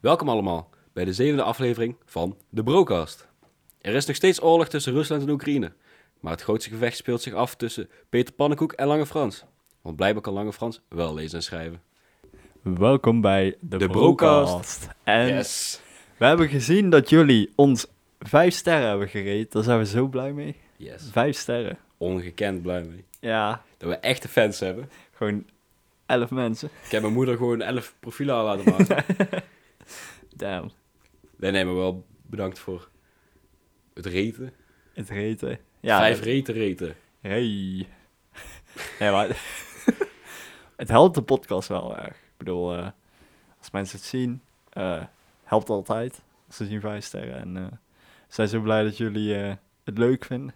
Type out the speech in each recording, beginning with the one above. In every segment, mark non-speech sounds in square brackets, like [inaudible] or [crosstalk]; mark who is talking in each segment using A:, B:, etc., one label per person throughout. A: Welkom allemaal bij de zevende aflevering van de Brocast. Er is nog steeds oorlog tussen Rusland en Oekraïne, maar het grootste gevecht speelt zich af tussen Peter Pannenkoek en Lange Frans. Want blijkbaar kan Lange Frans wel lezen en schrijven.
B: Welkom bij de,
A: De
B: Brocast.
A: Brocast.
B: En we hebben gezien dat jullie ons vijf sterren hebben gereed. Daar zijn we zo blij mee.
A: Yes.
B: Vijf sterren.
A: Ongekend blij mee.
B: Ja,
A: Dat we echte fans hebben.
B: gewoon elf mensen.
A: Ik heb mijn moeder gewoon elf profielen aan laten
B: [laughs]
A: maken.
B: Damn.
A: Nee, nee, maar wel bedankt voor het reten.
B: Het reten. Ja,
A: Vijf
B: het-
A: reten reten.
B: Hey. Nee,
A: [laughs]
B: maar... het helpt de podcast wel erg. Ik bedoel, eh, als mensen het zien, eh, helpt altijd. Ze zien vijf sterren en eh, we zijn zo blij dat jullie eh, het leuk vinden.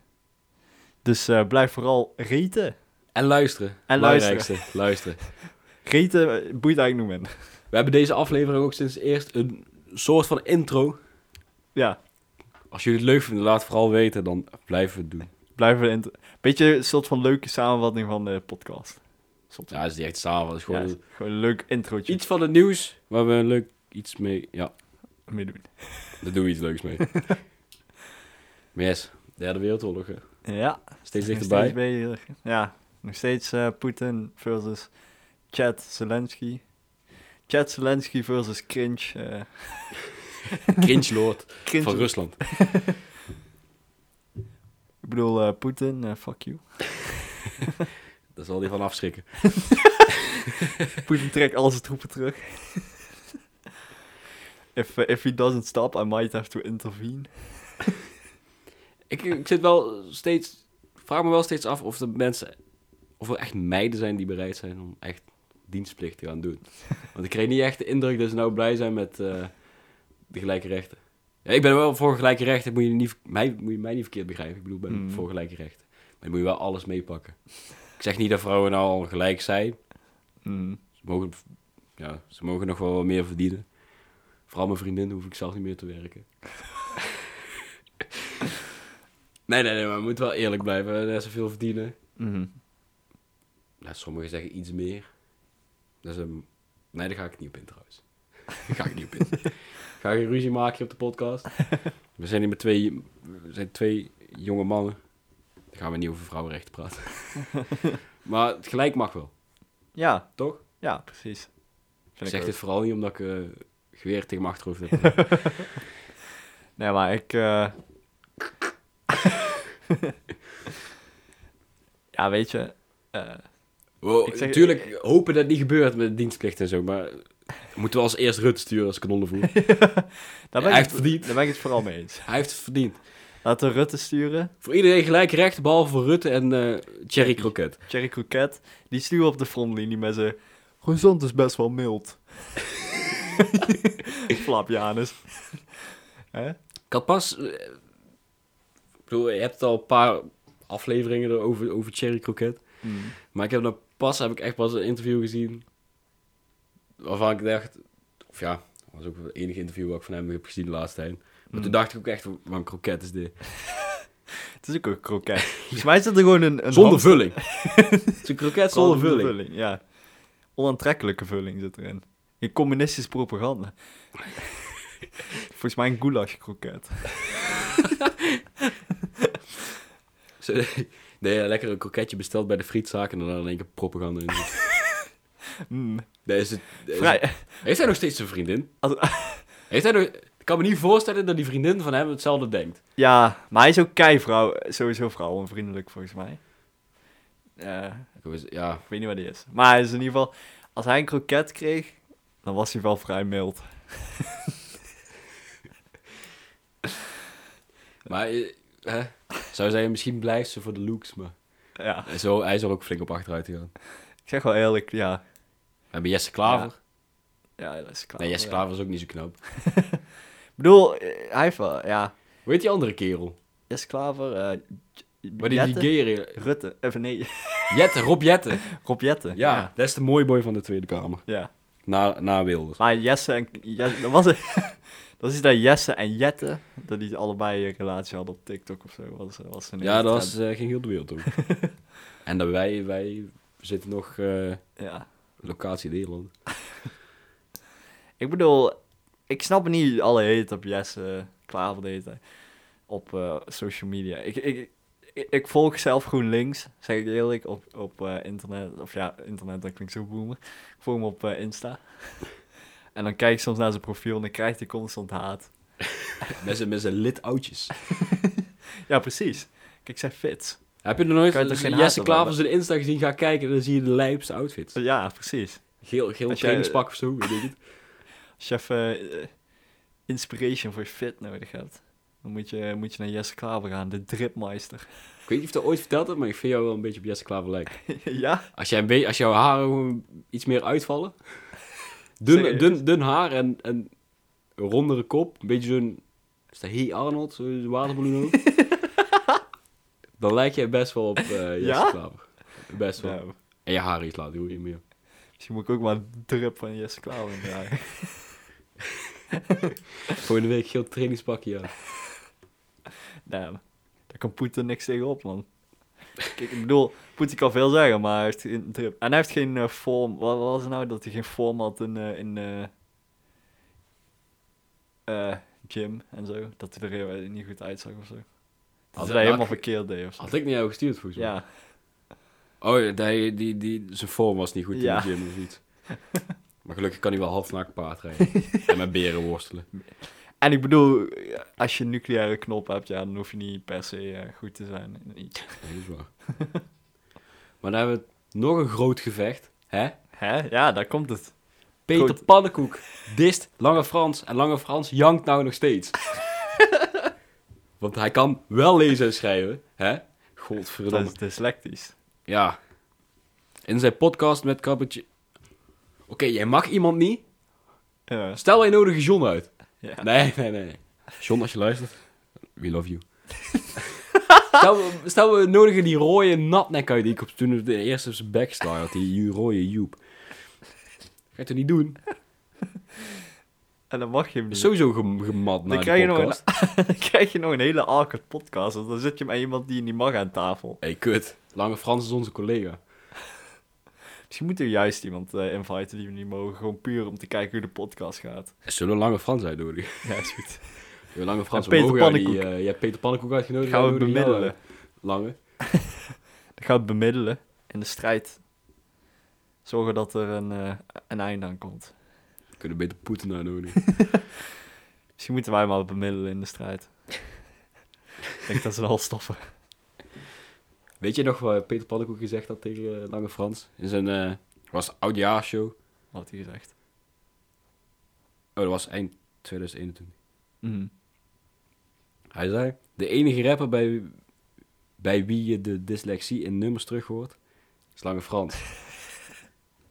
B: Dus eh, blijf vooral reten.
A: En luisteren.
B: En
A: Belangrijkste, luisteren.
B: Reten eh, boeit eigenlijk nog minder.
A: We hebben deze aflevering ook sinds eerst een soort van intro.
B: [laughs] Ja,
A: Als jullie het leuk vinden, laat het vooral weten. Dan blijven we het doen.
B: blijven we in. Beetje een soort van leuke samenvatting van de podcast. Soort
A: Ja, dat is niet echt samen. Dat is
B: gewoon,
A: gewoon
B: ja, gewoon een leuk introotje
A: iets van het nieuws waar we een leuk iets mee... Ja,
B: mee doen.
A: daar doen we iets leuks mee. maar [laughs] yes, derde wereldoorlog. hè.
B: Ja,
A: Steeds
B: nog
A: dichterbij.
B: steeds bezig. Ja, nog steeds eh, Poetin versus Chad Zelensky. Chad Zelensky versus cringe. eh,
A: Cringe lord
B: cringe.
A: van Rusland.
B: Ik bedoel, eh, Poetin, eh, fuck you.
A: Daar zal die van afschrikken.
B: Poetin trekt al zijn troepen terug. [laughs] if, eh, if he doesn't stop, I might have to intervene.
A: Ik, ik zit wel steeds... Vraag me wel steeds af of de mensen... Of er echt meiden zijn die bereid zijn om echt dienstplicht te gaan doen. Want ik kreeg niet echt de indruk dat ze nou blij zijn met eh, de gelijke rechten. Ja, ik ben wel voor gelijke rechten. Moet je, niet, mij, moet je mij niet verkeerd begrijpen. Ik bedoel, ik ben
B: Mm.
A: voor gelijke rechten. Maar dan moet je wel alles meepakken. Ik zeg niet dat vrouwen nou al gelijk zijn.
B: Hmm.
A: Ze mogen, ja, ze mogen nog wel wat meer verdienen. Vooral mijn vriendin hoef ik zelf niet meer te werken. [laughs] nee, nee, nee, maar we moeten wel eerlijk blijven. Net zoveel verdienen.
B: Mhm.
A: Nou, sommigen zeggen iets meer. Dat is een... Nee, daar ga ik niet op in trouwens. [laughs] Daar ga ik niet op in. ga geen ruzie maken hier op de podcast. We zijn hier met twee, we zijn twee jonge mannen. Dan gaan we niet over vrouwenrechten praten. [laughs] maar het gelijk mag wel,
B: Ja,
A: toch?
B: ja, precies.
A: Ik
B: Vind ik
A: zeg
B: ook.
A: dit vooral niet omdat ik eh geweer tegen mijn achterhoofd heb. [laughs]
B: Nee, maar ik. eh, [laughs] ja, weet je. eh,
A: Wow,
B: Ik zeg-
A: natuurlijk hopen dat het niet gebeurt met dienstplicht en zo, maar moeten we als eerst Rut sturen als kanonnenvoer.
B: daar,
A: Hij
B: ben ik
A: heeft
B: het,
A: verdiend.
B: daar ben ik het vooral mee eens.
A: [laughs] Hij heeft het verdiend.
B: Laten we Rutte sturen.
A: Voor iedereen gelijk recht, behalve voor Rutte en eh Thierry Croquet.
B: Jerry Croquet. Die sturen op de frontlinie met zijn. Gezond is best wel mild. [laughs] Flap Janus. [laughs] Hè?
A: Ik had pas... eh, ik bedoel, je hebt al een paar afleveringen over, over Thierry Croquet. Maar ik heb nou pas, heb ik echt pas een interview gezien. Waarvan ik dacht, of ja, dat was ook het enige interview wat ik van hem heb gezien de laatste tijd. Maar
B: Mm.
A: toen dacht ik ook echt, wat een kroket is dit?
B: Het is ook een kroket. Volgens mij zit er gewoon een. een
A: Zonder
B: hand-
A: vulling. [laughs] Het is een kroket zonder
B: Gewoon
A: vulling.
B: Ja. Onaantrekkelijke vulling zit erin. In communistische
A: [laughs]
B: propaganda. Volgens mij een goulash kroket.
A: Zo- [laughs] Nee, ja, lekker een kroketje besteld bij de frietzaak en dan in één keer propaganda in. doen.
B: Mm.
A: Dat is het, dat is het.
B: Vrij.
A: Heeft hij nog steeds een vriendin?
B: Als-
A: [laughs] Heeft hij nog... Ik kan me niet voorstellen dat die vriendin van hem hetzelfde denkt.
B: Ja, maar hij is ook keivrouw. Sowieso vrouwenvriendelijk volgens mij. Eh,
A: Ik was- Ja,
B: ik weet niet wat hij is. Maar hij is in ieder geval... Als hij een kroket kreeg, dan was hij wel vrij mild.
A: maar... eh, Hè? Zou zeggen, misschien blijft ze voor de looks, maar...
B: Ja.
A: Hij Zo, hij is er ook flink op achteruit gegaan.
B: Ik zeg wel eerlijk, ja.
A: We hebben Jesse Klaver.
B: Ja, dat is klaar.
A: nee, Jesse
B: ja.
A: Klaver is ook niet zo knap.
B: Ik bedoel, eh, hij heeft wel... Ja,
A: Hoe heet die andere kerel?
B: Jesse Klaver, eh, J-
A: Maar die, die
B: Jette?
A: gay...
B: Rutte, even nee, [laughs]
A: Jette, Rob [laughs] Jette.
B: Rob Jette.
A: Ja, dat is de mooie boy van de Tweede Kamer.
B: Ja.
A: Na, na Wilders.
B: Maar Jesse en... Jesse, dat was het. [laughs] Dat is dat Jesse en Jette, dat die allebei een relatie hadden op TikTok of zo. Was, was een
A: Ja, dat
B: trend.
A: was, eh, ging heel de wereld over. [laughs] en dan wij, wij zitten nog eh,
B: Ja. [laughs]
A: locatie Nederland.
B: Ik bedoel, ik snap niet alle hate op Jesse Klaver de hele tijd. Op eh, social media. Ik, ik, ik, ik volg zelf GroenLinks, zeg ik eerlijk, op, op eh, internet. Of ja, internet, dat klinkt zo boomer. Ik volg hem op eh, Insta. [laughs] En dan kijk ik soms naar zijn profiel en dan krijgt hij constant haat.
A: Met zijn, met zijn lidoutjes.
B: Ja, precies. Kijk, zij fit.
A: Heb je nog nooit
B: Kan je toch geen haat
A: Jesse
B: op
A: Klaver zijn Insta gezien? Ga kijken en dan zie je de lijpste outfits.
B: Ja, precies.
A: Geel, geel
B: Dat jij-
A: trainingspak of zo, weet ik het.
B: Als je even eh, inspiration voor je fit nodig hebt, dan moet je, moet je naar Jesse Klaver gaan, de dripmeister. [laughs]
A: Ik weet niet of je dat ooit verteld hebt, maar ik vind jou wel een beetje op Jesse Klaver lijken.
B: ja?
A: Als, jij een beetje, als jouw haren gewoon iets meer
B: [laughs]
A: uitvallen. Dun,
B: Serieus?
A: dun, dun haar en, en een rondere kop. Een beetje zo'n... Is dat Hey Arnold? Zo'n waterballon
B: [laughs]
A: ook? Dan lijk jij best wel op eh Jesse
B: Ja?
A: Klaver. Best wel.
B: Nou,
A: En je haar iets laten doen, je meer.
B: misschien moet ik ook maar een drip van Jesse Klaver [laughs] dragen.
A: Volgende week geel trainingspakje aan.
B: Damn. Nou, Daar kan Poetin niks tegen op, man. Kijk, ik bedoel, Poetin kan veel zeggen, maar hij heeft geen drip. En hij heeft geen eh, vorm. Wat wat was het nou dat hij geen vorm had in, eh, in eh, eh, gym en zo? Dat hij er heel- niet goed uitzag of zo.
A: Had
B: Dat
A: hij
B: hij helemaal
A: nou-
B: verkeerd deed of zo.
A: Had ik naar jou gestuurd, volgens mij.
B: Ja,
A: Oh, die, die, die, zijn vorm was niet goed in de
B: Ja.
A: gym of
B: [laughs]
A: iets. Maar gelukkig kan hij wel halfnaakt paard rijden. en met beren worstelen.
B: en ik bedoel, als je een nucleaire knop hebt, ja, dan hoef je niet per se eh, goed te zijn. in iets.
A: Dat is waar. [laughs] maar dan hebben we nog een groot gevecht. Hè?
B: Hè? Ja, daar komt het.
A: Peter
B: Goed.
A: Pannenkoek dist Lange Frans. En Lange Frans jankt nou nog steeds.
B: [laughs]
A: Want hij kan wel lezen en schrijven. Hè?
B: Dat
A: Godverdomme.
B: is dyslectisch.
A: Ja. In zijn podcast met Kappertje... Oké, jij mag iemand niet.
B: Ja.
A: Stel, wij nodigen John uit.
B: Ja.
A: Nee, nee, nee. nee. John, als je luistert, we love you. [laughs] stel, we- stel we nodigen die rode natnek uit die ik op toen op de eerste op zijn back sla had, die ju- rode Joep. Ga je het niet doen?
B: En dan mag je hem niet.
A: Sowieso gem- gemat
B: Dan
A: naar
B: krijg,
A: de
B: je nog
A: podcast.
B: een, [laughs] dan krijg je nog een hele awkward podcast. Want dan zit je met iemand die je niet mag aan tafel.
A: hey, kut. Lange Frans is onze collega.
B: Misschien moeten we juist iemand eh, inviten die we niet mogen. Gewoon puur om te kijken hoe de podcast gaat.
A: Zullen we Lange Frans uitnodigen?
B: Ja, is goed. [laughs]
A: Ja, Lange Frans,
B: En
A: we
B: Peter
A: mogen jou niet,
B: Pannenkoek.
A: eh, je hebt Peter Pannenkoek uitgenodigd.
B: Gaan we
A: wij nodigen jou
B: bemiddelen.
A: uit. Lange.
B: Dan gaan we bemiddelen in de strijd. Zorgen dat er een, eh, een einde aan komt.
A: We kunnen beter Poetin uitnodigen.
B: Misschien moeten wij maar bemiddelen in de strijd. [laughs] Ik denk dat ze al stoppen.
A: Weet je nog wat Peter Pannenkoek gezegd had tegen eh, Lange Frans? In zijn, eh was oudjaarsshow.
B: Wat hij gezegd.
A: Oh, dat was eind 2021.
B: Mhm.
A: Hij zei, de enige rapper bij, bij wie je de dyslexie in nummers terug hoort, is Lange Frans.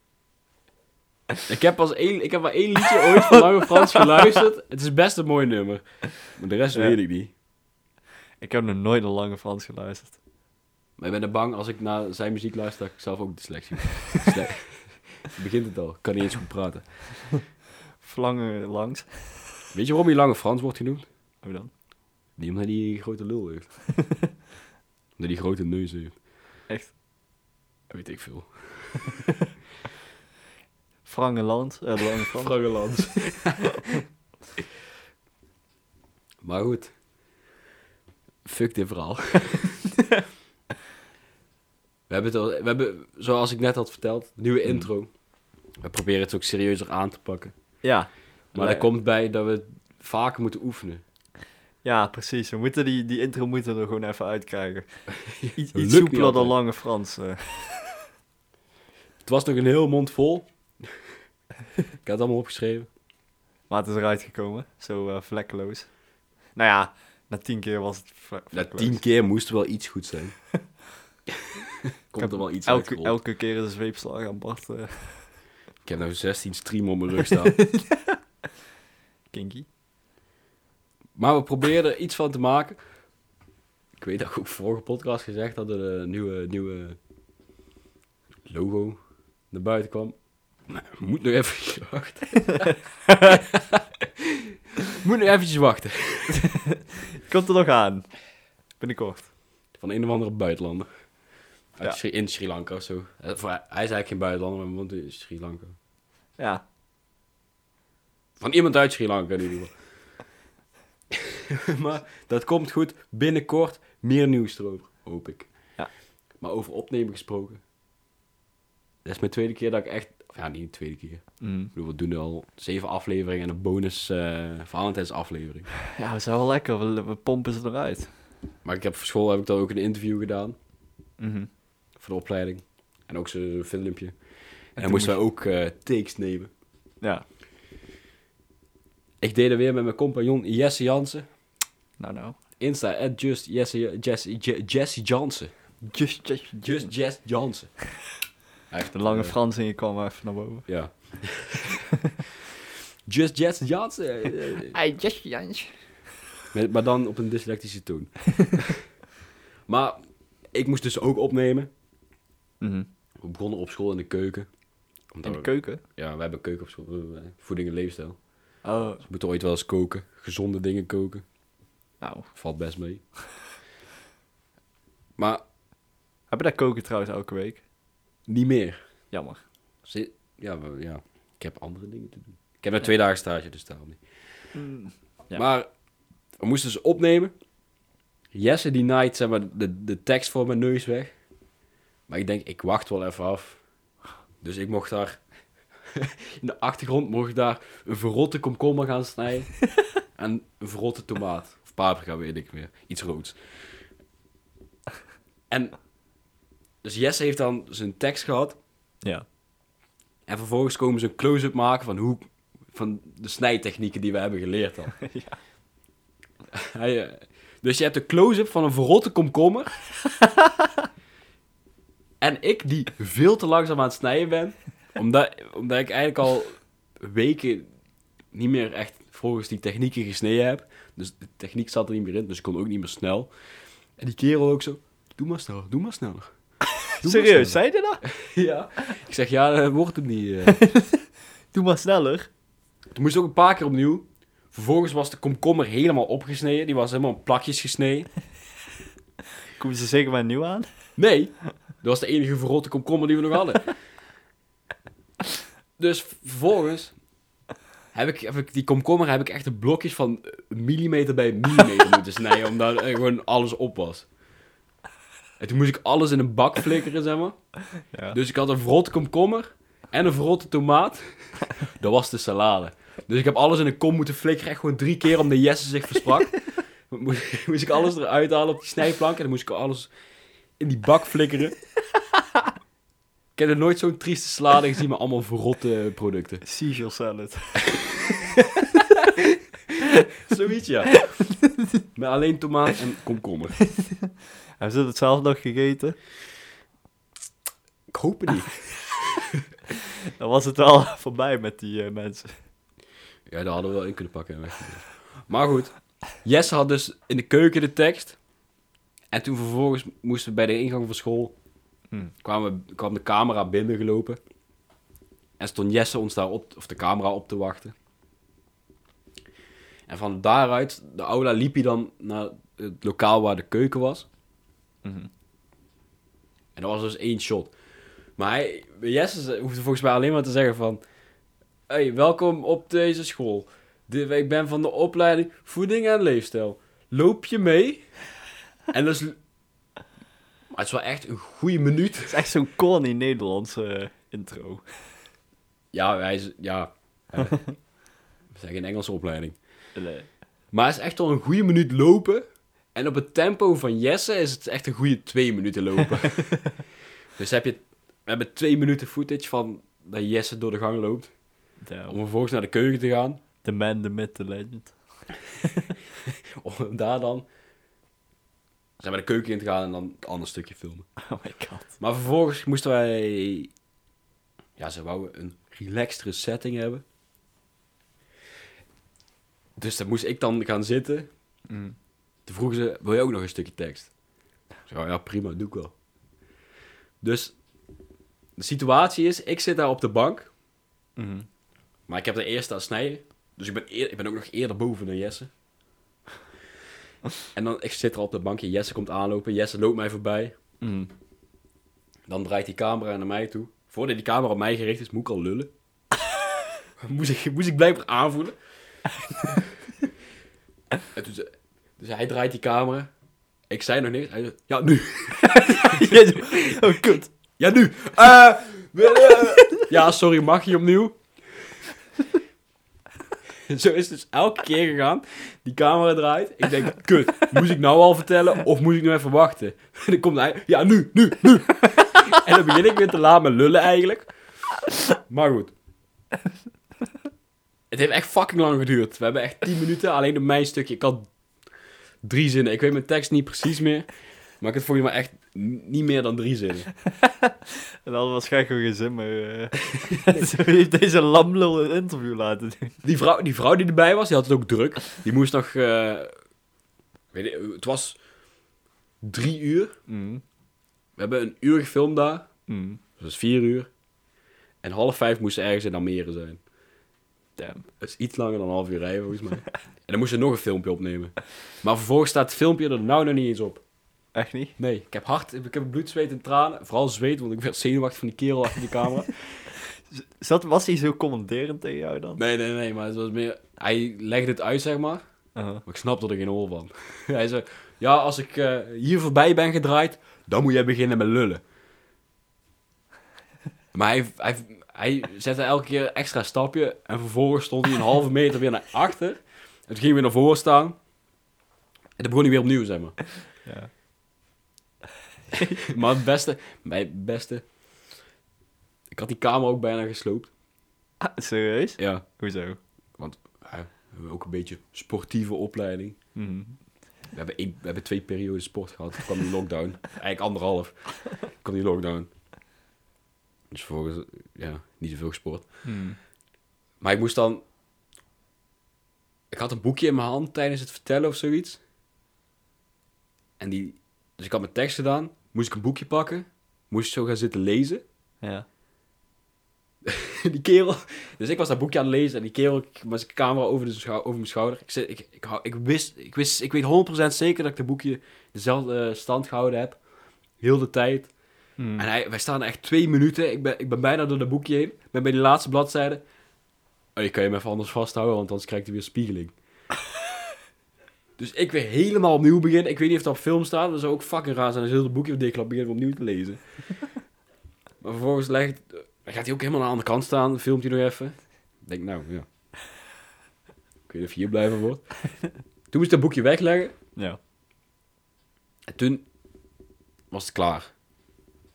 A: [laughs] ik, heb pas één, ik heb maar één liedje ooit van Lange Frans geluisterd. Het is best een mooi nummer. Maar de rest
B: Ja.
A: weet ik niet.
B: Ik heb nog nooit een lange Frans geluisterd.
A: Maar ik ben er bang als ik naar zijn muziek luister, dat ik zelf ook dyslexie [laughs] heb. Dus daar- Begint het al. Ik kan niet eens goed praten.
B: Verlangen langs.
A: Weet je waarom hij Lange Frans wordt genoemd?
B: Hoe dan?
A: Niet omdat hij een grote lul heeft. omdat hij een grote neus heeft.
B: Echt.
A: Weet ik veel.
B: Frangeland. Eh, lange
A: [laughs]
B: Frans.
A: Frangeland. maar goed. Fuck dit verhaal. we, hebben het al, we hebben, zoals ik net had verteld, nieuwe intro. We proberen het ook serieuzer aan te pakken.
B: Ja.
A: Maar
B: Nee.
A: daar komt bij dat we het vaker moeten oefenen.
B: Ja, precies. We moeten die, die intro moeten we er gewoon even
A: [laughs]
B: uitkrijgen. Iets,
A: Lukt
B: iets
A: niet
B: soepeler dan
A: altijd.
B: Lange Frans. eh.
A: Het was nog een heel mond vol. ik had het allemaal opgeschreven.
B: Maar het is eruit gekomen. Zo eh, vlekkeloos. Nou ja, na tien keer was het vle-
A: Na
B: vlekkeloos.
A: tien keer moest er wel iets goed
B: [laughs]
A: zijn. komt er wel iets
B: elke,
A: uit.
B: elke keer is een zweepslag aan Bart. eh,
A: Ik heb nou 16 streamen op mijn rug
B: [laughs]
A: staan.
B: kinky.
A: Maar we proberen er iets van te maken. Ik weet dat ik ook vorige podcast gezegd had dat er een nieuwe, nieuwe logo naar buiten kwam. Maar Moet nog even [laughs]
B: [laughs]
A: wachten. Moet nog eventjes wachten.
B: Komt er nog aan. Binnenkort.
A: Van een of andere buitenlander. Uit
B: Ja.
A: Sri- in Sri Lanka of zo. Eh, voor- Hij is eigenlijk geen buitenlander, maar hij woont in Sri Lanka.
B: Ja.
A: Van iemand uit Sri Lanka in ieder geval. [laughs] maar dat komt goed. Binnenkort meer nieuws erover, hoop ik.
B: Ja.
A: Maar over opnemen gesproken. Dat is mijn tweede keer dat ik echt... of Ja, niet de tweede keer. Ik bedoel, we doen nu al zeven afleveringen en een bonus eh Valentijnsaflevering.
B: Ja, we zijn wel lekker. We, we pompen ze eruit.
A: Maar ik heb voor school heb ik dan ook een interview gedaan.
B: Mhm.
A: Voor de opleiding. En ook zo'n filmpje. En,
B: toen
A: dan moesten wij ook eh, takes nemen.
B: Ja.
A: Ik deed er weer met mijn compagnon Jesse Jansen.
B: Nou, nou.
A: Insta, at just Jesse, Jesse, Je- Jesse Jansen.
B: Just, just,
A: Just Jess [laughs] Jansen. Echt
B: De lange
A: eh,
B: Frans in je kwam maar even naar boven.
A: [laughs] Ja. just Jess Jansen. eh,
B: Hey, just Jans.
A: Met- maar dan op een dyslectische [laughs] toon. maar ik moest dus ook opnemen.
B: Mhm.
A: We begonnen op school in de keuken.
B: In
A: Omdat
B: de
A: we-
B: keuken?
A: Ja, wij hebben keuken op school. eh, Voeding en leefstijl.
B: Oh,
A: We moeten ooit wel eens koken. Gezonde dingen koken.
B: nou.
A: Valt best [laughs] mee. maar
B: Hebben daar koken trouwens elke week?
A: niet meer.
B: Jammer.
A: Zit- Ja, we- ja, ik heb andere dingen te doen. Ik heb een twee dagen stage, dus daarom niet.
B: Ja.
A: Maar we moesten ze opnemen. Jesse die naait zeg maar, de, de tekst voor mijn neus weg. Maar ik denk, ik wacht wel even af. Dus ik mocht daar... [laughs] In de achtergrond mocht ik daar een verrotte komkommer gaan snijden. en een verrotte tomaat. Of paprika, weet ik meer. Iets roods. En... Dus Jesse heeft dan zijn tekst gehad.
B: Ja.
A: En vervolgens komen ze een close-up maken van, hoe, van de snijtechnieken die we hebben geleerd dan. Hij, eh, dus je hebt een close-up van een verrotte komkommer. en ik die veel te langzaam aan het snijden ben. Omdat, omdat ik eigenlijk al weken niet meer echt volgens die technieken gesneden heb. Dus de techniek zat er niet meer in, dus ik kon ook niet meer snel. En die kerel ook zo, doe maar sneller, doe maar sneller. Doe maar
B: Serieus, zei je dat?
A: sneller." Ja. Ik zeg, ja, dat wordt hem niet. eh."
B: Doe maar sneller.
A: Toen moest ook een paar keer opnieuw. Vervolgens was de komkommer helemaal opgesneden. Die was helemaal in plakjes gesneden.
B: Komen ze zeker maar nieuw aan?
A: Nee, dat was de enige verrotte komkommer die we nog hadden. Dus vervolgens heb ik, heb ik die komkommer heb ik echt de blokjes van een millimeter bij een millimeter moeten snijden. Omdat er gewoon alles op was. En toen moest ik alles in een bak flikkeren, zeg maar.
B: Ja.
A: Dus ik had een verrotte komkommer en een verrotte tomaat. [laughs] Dat was de salade. Dus ik heb alles in een kom moeten flikkeren. Echt gewoon drie keer omdat Jesse zich versprak. [laughs] moest, moest ik alles eruit halen op die snijplank. En dan moest ik alles in die bak flikkeren. [laughs] Ik heb nog nooit zo'n trieste salade gezien met allemaal verrotte producten.
B: Seizure salad.
A: Zoiets, ja. Met alleen tomaat en komkommer.
B: Hebben ze dat zelf nog gegeten?
A: Ik hoop het niet.
B: Dan was het wel [laughs] voorbij met die eh, mensen.
A: Ja, dat hadden we wel in kunnen pakken. en weggegeven. Maar goed, Jesse had dus in de keuken de tekst. En toen vervolgens moesten we bij de ingang van school...
B: Hmm.
A: kwamen we- kwam de camera binnengelopen. En stond Jesse ons daar op... of de camera op te wachten. En van daaruit, de aula, liep hij dan naar het lokaal waar de keuken was. En dat was dus één shot. Maar hij, Jesse ze- hoefde volgens mij alleen maar te zeggen van... Hey, welkom op deze school. De, ik ben van de opleiding Voeding en Leefstijl. Loop je mee? En dat is... Maar het is wel echt een goede minuut.
B: Het is echt zo'n corny Nederlandse eh, intro.
A: Ja, hij is... Ja. eh, We zijn geen Engelse opleiding.
B: Nee.
A: Maar het is echt wel een goede minuut lopen. En op het tempo van Jesse is het echt een goede twee minuten lopen. dus heb je, we hebben twee minuten footage van dat Jesse door de gang loopt. Om
B: Damn.
A: vervolgens naar de keuken te gaan.
B: The man, the myth, the legend.
A: [laughs] Om daar dan zijn we de keuken in te gaan en dan het ander stukje filmen.
B: Oh my [laughs] god.
A: Maar vervolgens moesten wij... Ja, ze wouden een relaxtere setting hebben. Dus dan moest ik dan gaan zitten. Toen vroegen ze, wil je ook nog een stukje tekst? Ik zei, "Oh ja prima, doe ik wel. Dus de situatie is, ik zit daar op de bank,
B: Mhm.
A: maar ik heb de eerste aan het snijden. Dus ik ben, eer- ik ben ook nog eerder boven dan Jesse. En dan, ik zit er op de bankje, Jesse komt aanlopen, Jesse loopt mij voorbij.
B: Mhm.
A: Dan draait die camera naar mij toe. Voordat die camera op mij gericht is, moet ik al lullen. moest ik, moest ik blijkbaar aanvoelen. en toen ze- dus hij draait die camera. Ik zei nog niks. Hij zei, ja, nu.
B: oh, kut.
A: Ja, nu. Eh, wil je- ja, sorry, mag je opnieuw? [laughs] Zo is het dus elke keer gegaan. Die camera draait. Ik denk, kut, moest ik nou al vertellen of moet ik nu even wachten? [laughs] En dan komt hij, ja, nu, nu, nu. En dan begin ik weer te laat met lullen eigenlijk. Maar goed. Het heeft echt fucking lang geduurd. We hebben echt 10 minuten alleen op mijn stukje. Ik had drie zinnen. Ik weet mijn tekst niet precies meer. Maar ik had volgens mij echt n- niet meer dan drie zinnen.
B: En hadden we waarschijnlijk gewoon geen zin meer. [laughs] eh. Zo heeft deze lamlul een interview laten doen.
A: Die vrouw, die vrouw die erbij was, die had het ook druk. Die moest nog... eh, weet ik, het was drie uur. We hebben een uur gefilmd daar.
B: Mm.
A: Dus dat is vier uur. En half vijf moest ze ergens in Almere zijn.
B: Damn.
A: Dat is iets langer dan een half uur rijden, volgens mij. en dan moest ze nog een filmpje opnemen. Maar vervolgens staat het filmpje er nou nog niet eens op.
B: Echt niet?
A: Nee, ik heb hard... Ik heb bloed, zweet en tranen. Vooral zweet, want ik werd zenuwachtig van die kerel achter die camera.
B: Zat, was hij zo commanderend tegen jou dan?
A: nee, nee, nee, maar het was meer... Hij legde het uit, zeg maar.
B: Uh-huh.
A: Maar ik snap er geen hol van. [laughs] Hij zei, ja, als ik eh, hier voorbij ben gedraaid, dan moet jij beginnen met lullen. [laughs] Maar hij, hij, hij zette elke keer een extra stapje en vervolgens stond hij een halve meter weer naar achter. En toen ging hij weer naar voren staan. En dan begon hij weer opnieuw, zeg maar. [laughs]
B: Ja.
A: Maar het beste, mijn beste, ik had die kamer ook bijna gesloopt.
B: Ah, serieus?
A: Ja,
B: Hoezo?
A: ja, we hebben ook een beetje sportieve opleiding.
B: Mhm.
A: We hebben, één- we hebben twee perioden sport gehad. Toen kwam die lockdown. Eigenlijk anderhalf. Toen kwam die lockdown. Dus vervolgens, ja, niet zoveel gesport.
B: mm.
A: Maar ik moest dan... Ik had een boekje in mijn hand tijdens het vertellen of zoiets. En die... Dus ik had mijn tekst gedaan. Moest ik een boekje pakken. Moest ik zo gaan zitten lezen.
B: Ja.
A: [laughs] die kerel... Dus ik was dat boekje aan het lezen. En die kerel met zijn camera over, de schou- over mijn schouder. Ik, zit, ik, ik, hou- ik, wist, ik, wist, ik weet 100% zeker dat ik dat boekje dezelfde eh, stand gehouden heb. Heel de tijd.
B: Mm.
A: En hij, wij staan echt twee minuten. Ik ben, ik ben bijna door dat boekje heen. Ik ben bij die laatste bladzijde. Oh, je kan je hem even anders vasthouden, want anders krijgt hij weer spiegeling. dus ik weer helemaal opnieuw beginnen. Ik weet niet of dat op film staat. Dat zou ook fucking raar zijn als heel het boekje op dichtklap beginnen om opnieuw te lezen. maar vervolgens legt, dan gaat hij ook helemaal aan de andere kant staan. Filmt hij nog even. Ik denk, nou ja. Ik weet niet of je hier blij van wordt. Toen moest ik dat boekje wegleggen.
B: Ja.
A: En toen was het klaar.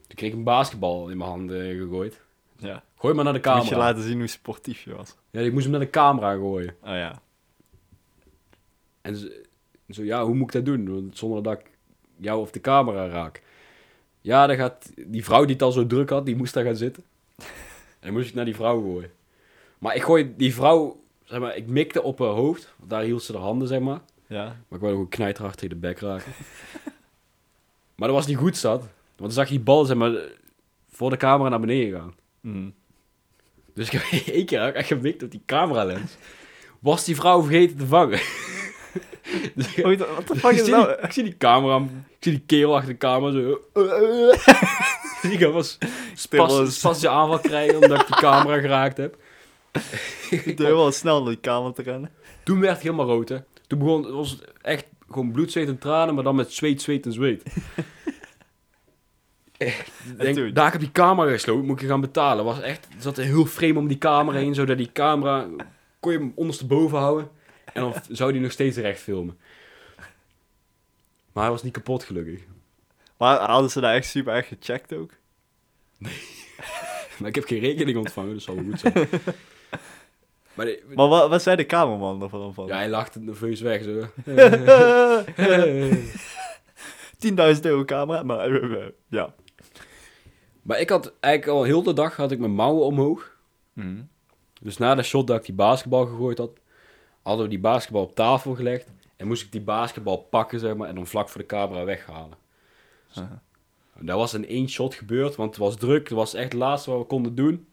A: Toen kreeg ik een basketbal in mijn handen gegooid.
B: Ja.
A: Gooi maar naar de
B: Toen Moest
A: camera.
B: je laten zien hoe sportief je was.
A: Ja, ik moest hem naar de camera gooien.
B: Oh ja.
A: En zo, zo, ja, hoe moet ik dat doen? Want Zonder dat ik jou of de camera raak. Ja, dan gaat die vrouw die het al zo druk had, die moest daar gaan zitten. En dan moest ik naar die vrouw gooien. Maar ik gooi die vrouw, zeg maar, ik mikte op haar hoofd. Want daar hield ze haar handen, zeg maar.
B: Ja.
A: Maar ik wou nog een knijterhard tegen de bek
B: [laughs]
A: raken. maar dat was niet goed, zat. Want dan zag je die bal zeg maar, voor de camera naar beneden gaan.
B: Mm.
A: Dus ik heb [laughs] één keer echt gemikt op die cameralens. Was die vrouw vergeten te vangen. [laughs] dus ik,
B: Oei, Wat de fuck
A: ik
B: is [laughs]
A: zie
B: nou?
A: die, ik zie die camera, ik zie die kerel achter de camera zo... eh, [laughs] Dus ik ga pas
B: was-
A: pas je aanval krijgen omdat ik die camera geraakt heb.
B: Ik deed wel snel naar die kamer te rennen.
A: Toen werd ik helemaal rood, hè. Toen begon was het echt gewoon bloed, zweet en tranen, maar dan met zweet, zweet en zweet. Echt, ik Denk,
B: toen?
A: daar heb ik die camera gesloten, moet ik je gaan betalen. Was echt, er zat een heel frame om die camera heen, zodat die camera... Kon je hem ondersteboven houden en dan [laughs] zou die nog steeds recht filmen. Maar hij was niet kapot, gelukkig. [laughs]
B: Maar hadden ze daar echt super echt gecheckt ook?
A: Maar ik heb geen rekening ontvangen, dus zal wel goed zijn. Maar die-
B: Maar wat, wat zei de cameraman ervan? Van?
A: ja, hij lachte nerveus weg, zo.
B: 10.000 euro camera, maar eh, eh, ja.
A: Maar ik had eigenlijk al heel de dag had ik mijn mouwen omhoog. Dus na de shot dat ik die basketbal gegooid had, hadden we die basketbal op tafel gelegd. En moest ik die basketbal pakken, zeg maar, en dan vlak voor de camera weghalen. Dus-
B: Aha.
A: Dat was in één shot gebeurd, want het was druk. Dat was echt het laatste wat we konden doen.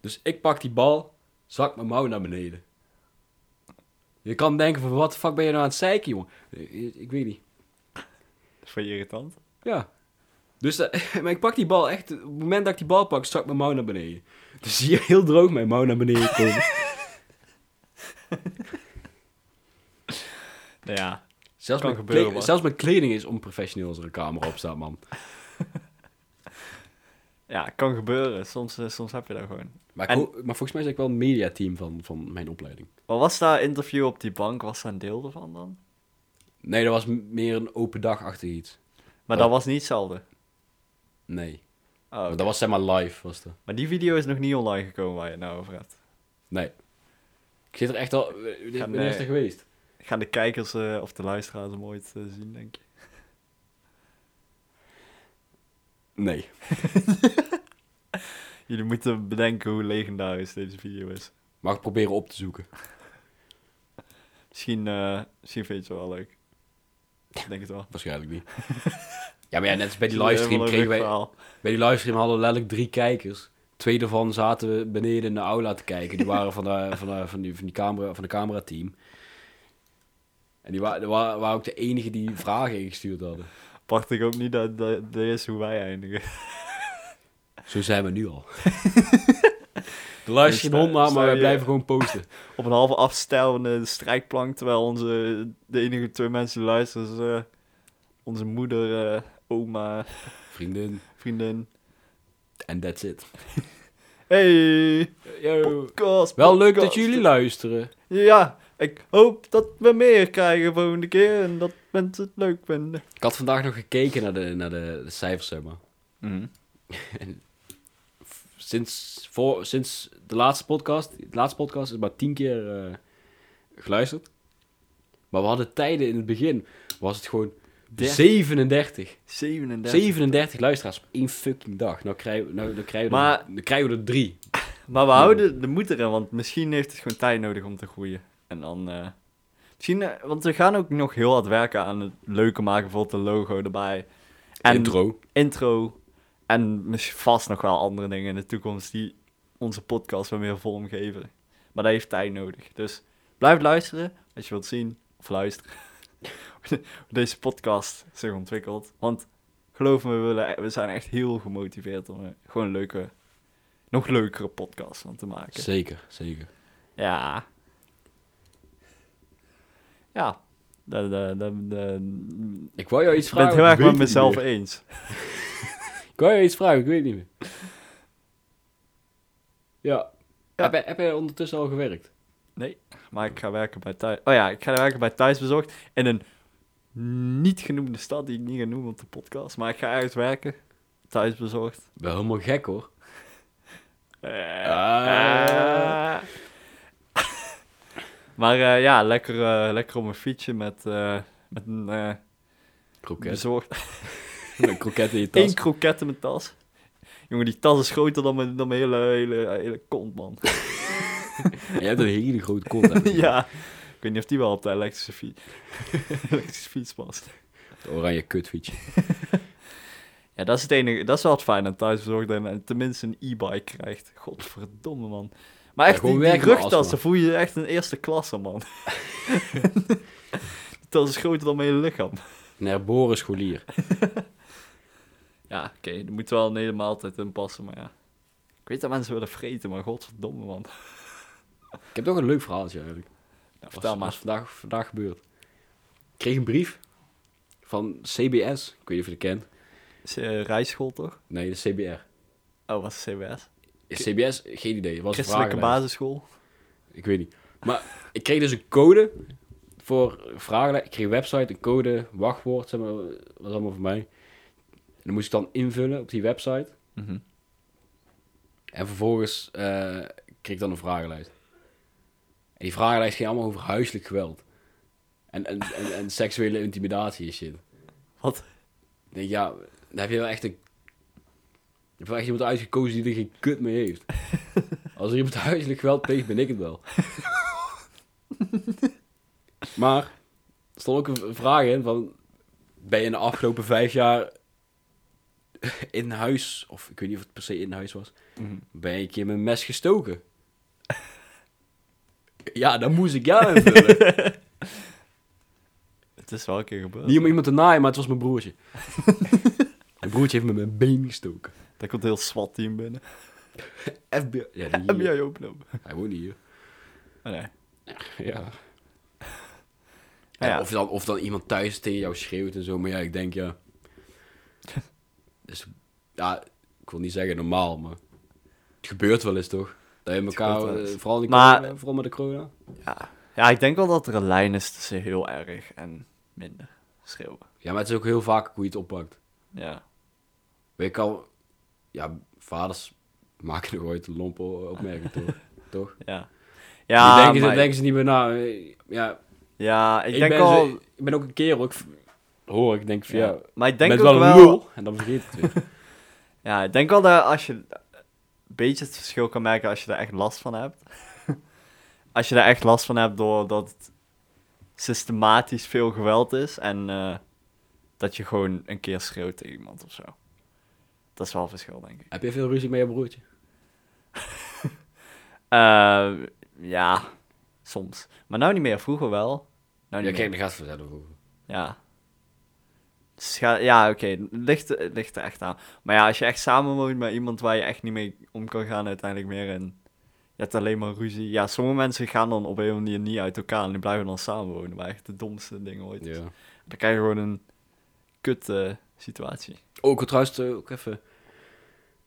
A: Dus ik pak die bal, zak mijn mouw naar beneden. Je kan denken van, wat de fuck ben je nou aan het zeiken, jongen? Eh, eh, Ik weet niet.
B: Dat is van je irritant.
A: Ja. Dus eh, [laughs] maar ik pak die bal echt. Op het moment dat ik die bal pak, stak mijn mouw naar beneden. Dus zie je heel droog mijn mouw naar beneden komen.
B: Nou ja,
A: zelfs,
B: Kan
A: mijn
B: gebeuren,
A: kle-
B: man.
A: zelfs mijn kleding is onprofessioneel als er een camera op staat, man.
B: ja, kan gebeuren. Soms, eh, soms heb je dat gewoon.
A: Maar, ik
B: En-
A: ho- maar volgens mij is ik wel een mediateam van, van mijn opleiding.
B: Maar was dat interview op die bank, was daar een deel ervan dan?
A: Nee, dat was m- meer een open dag achter iets.
B: Maar
A: Oh.
B: dat was niet hetzelfde.
A: Nee.
B: Oh, oké.
A: Want Dat was zeg maar live, was dat.
B: Maar die video is nog niet online gekomen waar je het nou over hebt.
A: Nee. Ik zit er echt al... Dit is
B: Ja,
A: mijn
B: nee.
A: eerste geweest.
B: Gaan de kijkers eh, of de luisteraars hem ooit eh, zien, denk je?
A: Nee.
B: Jullie moeten bedenken hoe legendarisch deze video is.
A: Mag ik proberen op te zoeken.
B: Misschien, eh, misschien vind je het wel leuk. Ik denk het wel.
A: Waarschijnlijk
B: [laughs]
A: niet. ja, maar ja, net als bij die
B: Jullie hebben
A: livestream
B: wel een
A: kregen
B: leuk
A: wij...
B: verhaal.
A: Bij die livestream hadden we letterlijk drie kijkers. Twee daarvan zaten we beneden in de aula te kijken. Die waren van, [laughs] de, van, de, van, die, van, die camera, van de camerateam. En die wa- wa- waren ook de enige die vragen ingestuurd hadden.
B: Wacht ik ook niet dat dat dit is hoe wij eindigen.
A: Zo zijn we nu [laughs] al. De
B: Dus,
A: livestream
B: eh,
A: hond maar
B: zou
A: wij
B: je-
A: blijven gewoon posten.
B: Op een halve afstervende strijkplank, terwijl onze, de enige twee mensen die luisteren is eh, onze moeder, eh, oma,
A: Vrienden,
B: vriendin.
A: en that's it.
B: Hey, podcast.
A: Wel leuk dat
B: podcast.
A: jullie luisteren.
B: Ja, ik hoop dat we meer krijgen volgende keer en dat mensen het leuk vinden.
A: Ik had vandaag nog gekeken naar de, naar de, de cijfers, zeg maar. Mhm. Sinds, voor, sinds de laatste podcast, de laatste podcast is maar tien keer eh, geluisterd. Maar we hadden tijden in het begin, was het gewoon
B: Dertig.
A: 37.
B: 37.
A: 37 luisteraars op één fucking dag. Nou krijgen, we- nou, dan, krijgen we
B: Maar-
A: er, dan krijgen we er drie.
B: Maar we houden de moed erin, want misschien heeft het gewoon tijd nodig om te groeien. En dan... eh, misschien, eh, want we gaan ook nog heel hard werken aan het leuke maken, bijvoorbeeld de logo erbij. En
A: Intro.
B: intro. En misschien vast nog wel andere dingen in de toekomst die onze podcast wel meer vormgeven. Maar dat heeft tijd nodig. Dus blijf luisteren als je wilt zien of luisteren [laughs] hoe deze podcast zich ontwikkelt. Want geloof me, we, willen, e- we zijn echt heel gemotiveerd om een, gewoon een leuke, nog leukere podcast van te maken.
A: Zeker, zeker.
B: Ja. Ja. Dat, dat, dat, dat-
A: Ik wou jou iets
B: ik ben
A: vragen.
B: het heel
A: ik weet
B: erg met
A: het niet
B: mezelf
A: meer.
B: eens.
A: Ik wou jou iets vragen, ik weet het niet meer. Ja.
B: Ja.
A: Heb, jij- heb jij ondertussen al gewerkt?
B: Maar ik ga werken bij thuis. Oh ja, ik ga werken bij thuisbezorgd. In een niet genoemde stad die ik niet ga noemen op de podcast. Maar ik ga ergens werken. Thuisbezorgd.
A: Wel helemaal gek hoor.
B: Eh,
A: Ah.
B: eh. [laughs] maar eh, ja, lekker, eh, lekker op mijn fietsje met, eh, met een eh
A: [laughs] Kroket.
B: bezorgd.
A: Een kroket in je tas.
B: Eén kroket in mijn tas. Jongen, die tas is groter dan mijn, dan mijn hele, hele, hele kont, man.
A: Je hebt een hele grote kont.
B: [laughs]
A: hè?
B: ja. Ik weet niet of die wel op de elektrische fiets, [laughs] elektrische fiets past.
A: Het Oranje kutfietsje.
B: Ja, dat is het enige. Dat is wel het fijn aan thuisbezorgd dat je tenminste een e-bike krijgt. Godverdomme, man. Maar
A: Ja,
B: echt,
A: gewoon
B: die, die
A: werken met astma.
B: rugtas, dan voel je je echt een eerste klasse,
A: [laughs]
B: man. die tas is groter dan mijn hele lichaam.
A: Een herboren scholier.
B: Ja, oké, er moet wel een hele maaltijd in passen, maar ja. Ik weet dat mensen willen vreten, maar godverdomme, man.
A: Ik heb toch een leuk verhaaltje eigenlijk.
B: Nou,
A: Als
B: vertel maar.
A: vandaag, vandaag gebeurd. Ik kreeg een brief van CBS. Ik weet niet of je dat kent.
B: Is je eh, rijschool, toch?
A: Nee, de CBR.
B: Oh, was het CBS?
A: Is CBS? Geen idee. Het Was een
B: Christelijke
A: vragenlijst.
B: basisschool?
A: Ik weet niet. Maar ik kreeg dus een code voor vragen. Ik kreeg een website, een code, wachtwoord, zeg maar, was allemaal voor mij. En dat moest ik dan invullen op die website.
B: Mhm.
A: En vervolgens eh, kreeg ik dan een vragenlijst. En die vragenlijst ging allemaal over huiselijk geweld. En, en, en, en seksuele intimidatie en shit.
B: Wat?
A: Ik denk, ja, daar heb je wel echt een... Je hebt wel echt iemand uitgekozen die er geen kut mee heeft. Als er iemand huiselijk geweld pleegt, ben ik het wel. Maar, er stond ook een v- vraag in van... Ben je in de afgelopen vijf jaar in huis... Of ik weet niet of het per se in huis was.
B: Mhm.
A: Ben je een keer met een mes gestoken? [laughs] Ja, dan moest ik ja invullen.
B: Het is wel een keer gebeurd.
A: Niet om iemand te naaien, maar het was mijn broertje. Mijn broertje heeft me mijn been gestoken.
B: Daar komt een heel SWAT-team binnen.
A: FBI. Ja,
B: [laughs]
A: niet hier.
B: FBI openomen.
A: Hij woont niet hier. [laughs]
B: Oh, nee.
A: Ja.
B: Ja, ja.
A: Of, dan, of dan iemand thuis tegen jou schreeuwt en zo. Maar ja, ik denk
B: [laughs]
A: ja. Dus, ja, ik wil niet zeggen normaal, maar het gebeurt wel eens toch? Dat je elkaar,
B: gebeurt wel
A: eh,
B: eens.
A: vooral, in de
B: Maar-
A: corona, vooral met de corona.
B: Ja. ja, ik denk wel dat er een lijn is tussen heel erg en minder schreeuwen.
A: Ja, maar het is ook heel vaak hoe je het oppakt.
B: Ja.
A: Weet ik al, ja, vaders maken nog ooit een lompe opmerking
B: [laughs]
A: toch? toch?
B: Ja, ja
A: Die denken, ze,
B: maar-
A: denken ze niet meer na. eh, Ja,
B: ja ik,
A: ik,
B: denk
A: ben
B: al...
A: zo- ik ben ook een kerel. Ik v- hoor, ik denk van ja,
B: ja. Maar ik
A: je
B: denk
A: bent wel
B: ook wel...
A: een lul. En dan vergeet het weer.
B: Ja, ik denk wel dat als je een beetje het verschil kan merken als je er echt last van hebt. [laughs] als je er echt last van hebt doordat het systematisch veel geweld is en eh, dat je gewoon een keer schreeuwt tegen iemand of zo. Dat is wel een verschil, denk ik.
A: [laughs] Heb je veel ruzie met je broertje?
B: Eh, ja, soms. Maar nou niet meer, vroeger wel. Nou
A: ja,
B: niet
A: kijk,
B: meer.
A: de gast vanzelf over.
B: Ja. Scha- ja, oké. Ligt, ligt er echt aan. Maar ja, als je echt samen woont met iemand waar je echt niet mee om kan gaan uiteindelijk meer en je hebt alleen maar ruzie. Ja, sommige mensen gaan dan op een of andere manier niet uit elkaar en die blijven dan samen wonen. Maar echt de domste ding ooit. is.
A: Ja.
B: Dan krijg je gewoon een kut eh, situatie.
A: Ook oh, trouwens eh, ook even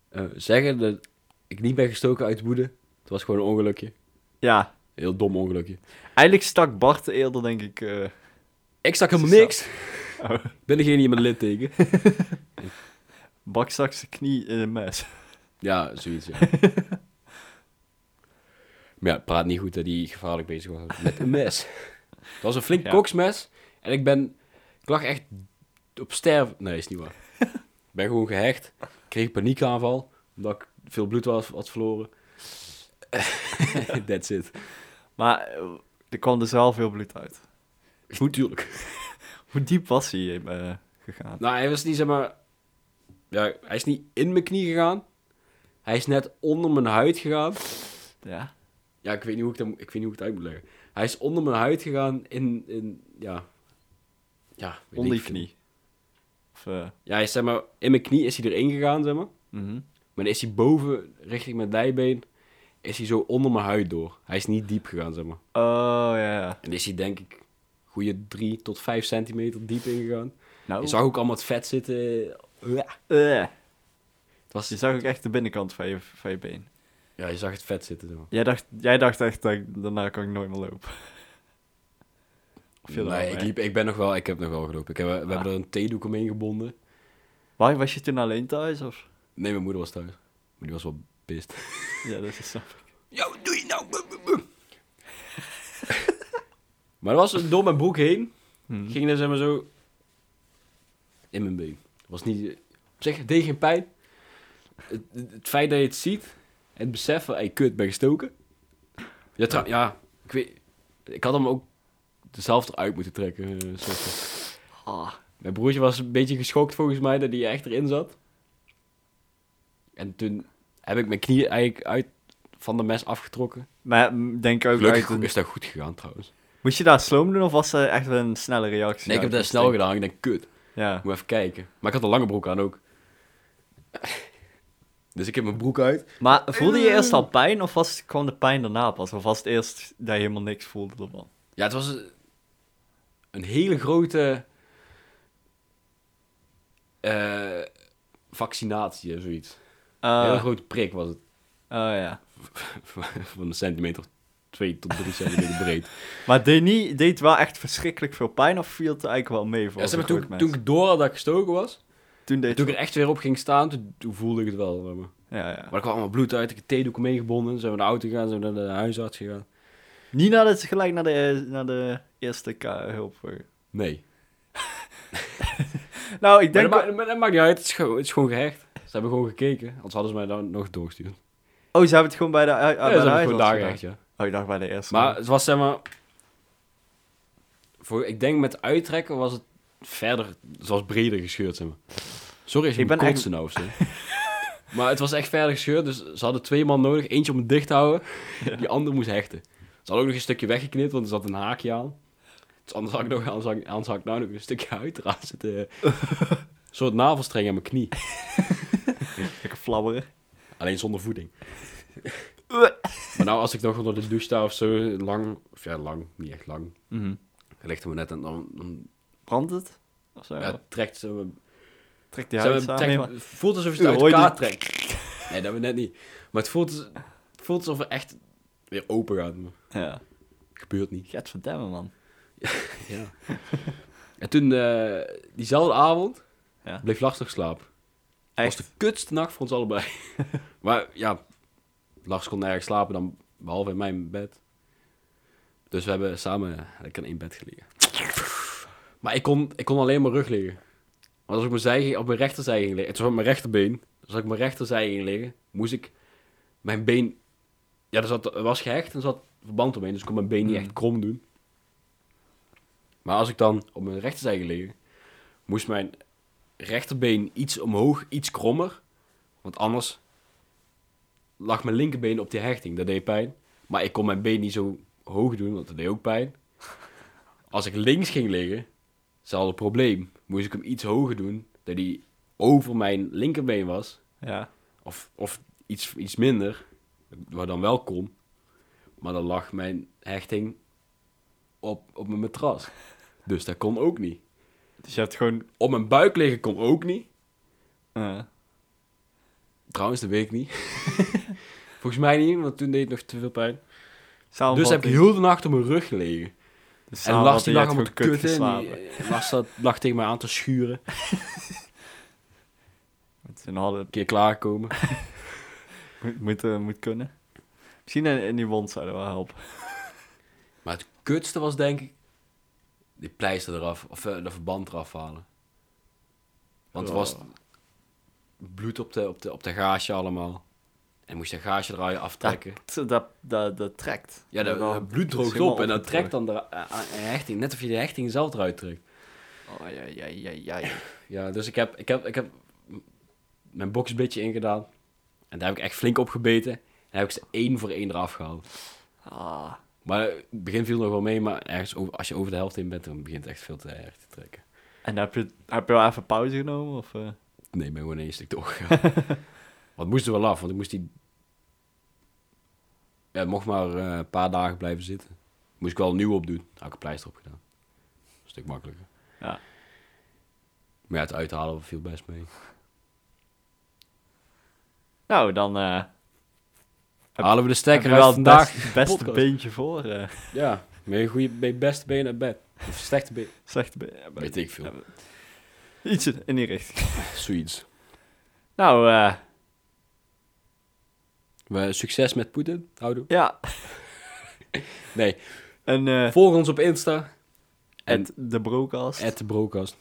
A: eh, zeggen dat ik niet ben gestoken uit woede. Het was gewoon een ongelukje.
B: Ja,
A: Heel dom ongelukje.
B: eigenlijk stak Bart eerder denk ik... eh,
A: Ik stak helemaal
B: Zo.
A: niks.
B: Oh.
A: [laughs] Ik ben degene die met een litteken.
B: Bak stak zijn knie in een mes.
A: Ja, zoiets. Ja. maar ja, praat niet goed dat hij gevaarlijk bezig was met een mes. Het was een flink
B: Ja.
A: koksmes. En ik ben... Ik lag echt op sterven... Nee, is niet waar. Ik ben gewoon gehecht. Ik kreeg een paniekaanval. Omdat ik veel bloed was, had verloren. [laughs] That's it.
B: Maar eh, er kwam dus wel veel bloed uit.
A: Natuurlijk.
B: Hoe diep was hij eh, gegaan?
A: Nou, hij was niet, zeg maar... Ja, hij is niet in mijn knie gegaan. Hij is net onder mijn huid gegaan.
B: Ja.
A: Ja, ik weet niet hoe ik, dat, moet- ik, weet niet hoe ik het uit moet leggen. Hij is onder mijn huid gegaan in... in ja. Ja, weet
B: Onder je
A: ik veel.
B: knie. Of, eh,
A: Ja, hij is, zeg maar... In mijn knie is hij erin gegaan, zeg maar.
B: mhm.
A: Maar dan is hij boven, richting mijn dijbeen... Is hij zo onder mijn huid door. Hij is niet diep gegaan, zeg maar.
B: Oh ja, ja.
A: En dan is hij, denk ik... Goede 3 tot 5 centimeter diep ingegaan.
B: Nou,
A: Je zag ook allemaal het vet zitten. Ja.
B: eh,
A: Het was,
B: je zag ook echt de binnenkant van je, van je been.
A: ja, je zag het vet zitten, zeg maar.
B: Jij dacht, jij dacht echt, dat ik- daarna kan ik nooit meer lopen. Of je
A: nee,
B: nee,
A: ik, liep, ik ben nog wel, ik heb nog wel gelopen. Ik heb, we hebben er een theedoek omheen gebonden.
B: Waar was je toen alleen thuis? Of?
A: Nee, mijn moeder was thuis. Maar die was wel pist.
B: Ja, dat is dus- snap ik.
A: Yo, wat doe je nou? Bum, bum, bum. [laughs] maar dat was door mijn broek heen.
B: Hmm.
A: Ging er zeg maar zo in mijn been. Was niet, op zich het deed geen pijn. Het, het- het feit dat je het ziet en het besef van, hey, kut, ben gestoken. Ja, trouw- ja ik, weet, ik had hem ook zelf eruit moeten trekken. eh, soort van.
B: Ah,
A: Mijn broertje was een beetje geschokt volgens mij dat hij echt erin zat. En toen heb ik mijn knie eigenlijk uit van de mes afgetrokken.
B: Maar mm, denk ook
A: Gelukkig
B: uit een-
A: is dat goed gegaan trouwens.
B: Moest je daar sloom doen of was dat echt wel een snelle reactie?
A: Nee, ik heb
B: Ja,
A: dat snel gedaan. Ik denk, kut,
B: Ja.
A: ik moet even kijken. Maar ik had een lange broek aan ook. [laughs] Dus ik heb mijn broek uit.
B: Maar voelde je eerst al pijn of was het gewoon de pijn daarna pas? Of was het eerst dat je helemaal niks voelde ervan?
A: Ja, het was een- een hele grote eh, vaccinatie of zoiets.
B: Eh,
A: een hele grote prik was het. [laughs]
B: oh ja.
A: Van een centimeter, twee tot drie centimeter breed. [laughs]
B: Maar deed, niet, deed wel echt verschrikkelijk veel pijn of viel het eigenlijk wel mee voor
A: Ja, zeg maar,
B: een
A: toen,
B: groot
A: toen
B: mens?
A: ik door had dat ik gestoken was,
B: toen deed
A: toen ik
B: het
A: er echt weer op ging staan, toen, toen voelde ik het wel. zeg maar.
B: wel. ja, ja.
A: Maar er kwam allemaal bloed uit, ik heb theedoek meegebonden, zijn we naar de auto gegaan, zijn we naar de huisarts gegaan.
B: Niet naar het, gelijk naar de, naar de eerste K hulp. hoor.
A: Nee.
B: Nou, ik
A: Maar dat,
B: denk...
A: ma- maar dat maakt niet uit, het is, gewoon, het is gewoon gehecht. Ze hebben gewoon gekeken, anders hadden ze mij dan nog doorgestuurd. Ja,
B: Oh, ze hebben het gewoon bij de, ja,
A: ze
B: bij de
A: hebben gewoon
B: huisarts
A: daar
B: gedaan.
A: gehecht, ja.
B: Oh, ik dacht bij de eerste.
A: Maar het was zeg maar... Voor, ik denk met uittrekken was het verder, het was breder gescheurd zeg maar. Sorry als je
B: Ik
A: ik
B: ben
A: ben kotsen nou of zo. [laughs] Maar het was echt verder gescheurd, dus ze hadden twee man nodig. Eentje om het dicht te houden, die andere moest hechten. Ze hadden ook nog een stukje weggeknipt, want er zat een
B: [laughs]
A: haakje aan. Dus anders had ik, nog, anders had ik, anders had ik nou nog een stukje huid eraan zitten. eh, soort navelstreng aan mijn knie.
B: Lekker flabberen.
A: Alleen zonder
B: [laughs]
A: voeding. maar nou, als ik nog onder de douche sta of zo, lang, of ja, lang, niet echt lang. Hij ligt er maar net en dan, dan
B: Brandt het? Of zo?
A: ja, trekt ze me.
B: Trek die
A: ze me-
B: huid samen.
A: trekt-
B: maar-
A: voelt alsof je
B: Uw
A: het uit
B: hooi
A: elkaar
B: die-
A: trekt. Nee, dat we net niet. Maar het voelt, het voelt alsof we echt weer open gaan. Maar
B: Ja.
A: gebeurt niet.
B: Get verdemmen, man.
A: Ja. [laughs] en toen, eh, diezelfde avond,
B: Ja.
A: bleef Lars nog slapen.
B: Echt?
A: was de kutste nacht voor ons allebei. [laughs] maar ja, Lars kon nergens slapen dan behalve in mijn bed. Dus we hebben samen lekker in één bed gelegen. Maar ik kon, ik kon alleen maar rug liggen. Want als ik mijn zij ging- op mijn rechterzij ging liggen, het was op mijn rechterbeen. Dus als ik mijn rechterzij ging liggen, moest ik mijn been... Ja, er, zat, er was gehecht en er zat verband omheen, dus ik kon mijn been niet echt
B: Mm.
A: krom doen. Maar als ik dan op mijn rechterzij ging liggen, moest mijn rechterbeen iets omhoog, iets krommer. Want anders lag mijn linkerbeen op die hechting. Dat deed pijn. Maar ik kon mijn been niet zo hoog doen, want dat deed ook pijn. Als ik links ging liggen, hetzelfde probleem. Moest ik hem iets hoger doen, dat hij over mijn linkerbeen was.
B: Ja.
A: Of, of iets, iets minder, waar dan wel kon. Maar dan lag mijn hechting op, op mijn matras. Dus dat kon ook niet.
B: Dus je hebt gewoon...
A: Op mijn buik liggen kon ook niet. Dus
B: eh,
A: Trouwens, dat weet ik niet. [laughs] Volgens mij niet, want toen deed het nog te veel pijn. Dus heb
B: samenvatting.
A: ik heel de nacht op mijn rug gelegen.
B: Dus
A: en Lars die
B: samenvatting, je
A: lag
B: hebt
A: aan mijn
B: gewoon
A: kut in.
B: geslapen.
A: Lars zat- lag tegen mij aan te schuren. Een
B: Moet een harde...
A: keer klaarkomen.
B: Moet, moet, eh, moet kunnen. Misschien in, in die wond zou dat wel helpen.
A: Maar het kutste was denk ik... Die pleister eraf, of eh, de verband eraf halen. Want er was
B: Oh.
A: bloed op de, op de, op de gaasje allemaal. En moest je gaasje eruit aftrekken.
B: Dat, dat, dat, dat trekt.
A: Ja, dat,
B: Dat-
A: het bloed
B: dat is
A: droogt
B: helemaal
A: op en dat trekt
B: opgedroogd.
A: dan de eh, eh, hechting. Net of je de hechting zelf eruit trekt.
B: Oh, ja, ja, ja, ja. ja.
A: Ja, dus ik heb, ik heb, ik heb m- mijn boxbitje ingedaan. En daar heb ik echt flink op gebeten. En daar heb ik ze één voor één eraf gehaald.
B: Ah.
A: Maar eh, het begin viel nog wel mee, maar ergens over, als je over de helft in bent, dan begint het echt veel te erg te trekken.
B: En heb je, heb je wel even pauze genomen? Of, eh?
A: Nee, ik ben gewoon in één stuk doorgegaan.
B: [laughs]
A: want het moest er wel af, want ik moest die... Ja, het mocht maar eh, een paar dagen blijven zitten. Moest ik wel een nieuw opdoen. Daar had ik een pleister op gedaan. Een stuk makkelijker.
B: Ja.
A: Maar ja, het uithalen viel best mee.
B: Nou, dan eh Heb-
A: Halen we de
B: heb je
A: stekker
B: wel
A: uit
B: het best-
A: vandaag.
B: beste,
A: podcast.
B: beentje voor. eh
A: [laughs] Ja, met je, goede, met je beste been naar bed. Of slechte been.
B: slechte been.
A: Weet ik veel.
B: Iets in, in die richting.
A: Zoiets.
B: Nou, eh,
A: We, succes met Poetin. Houdoe.
B: ja.
A: Nee,
B: En eh
A: volg ons op Insta. En
B: at de broadcast.
A: at de Brocast.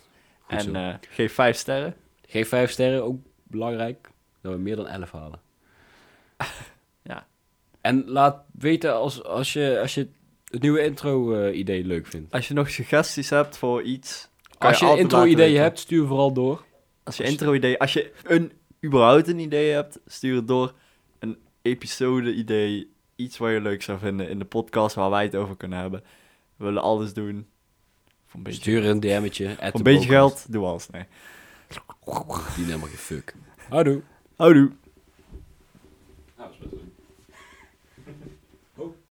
A: Goed
B: en
A: zo.
B: eh, geef vijf sterren.
A: Geef vijf sterren, ook belangrijk. Dat we meer dan 11 halen.
B: [laughs] Ja.
A: En laat weten als, als, je, als je het nieuwe intro-idee leuk vindt.
B: Als je nog suggesties hebt voor iets. kan
A: Als je een
B: altijd laten
A: intro-idee
B: weten.
A: hebt, stuur vooral door.
B: Als je intro-idee. Als je een überhaupt een idee hebt, stuur het door. Een episode-idee. Iets wat je leuk zou vinden in de podcast waar wij het over kunnen hebben. We willen alles doen. Voor een beetje,
A: Stuur een DM'tje.
B: voor een beetje geld, doe alles. Nee.
A: Die helemaal geen fuck. Houdoe.
B: Houdoe.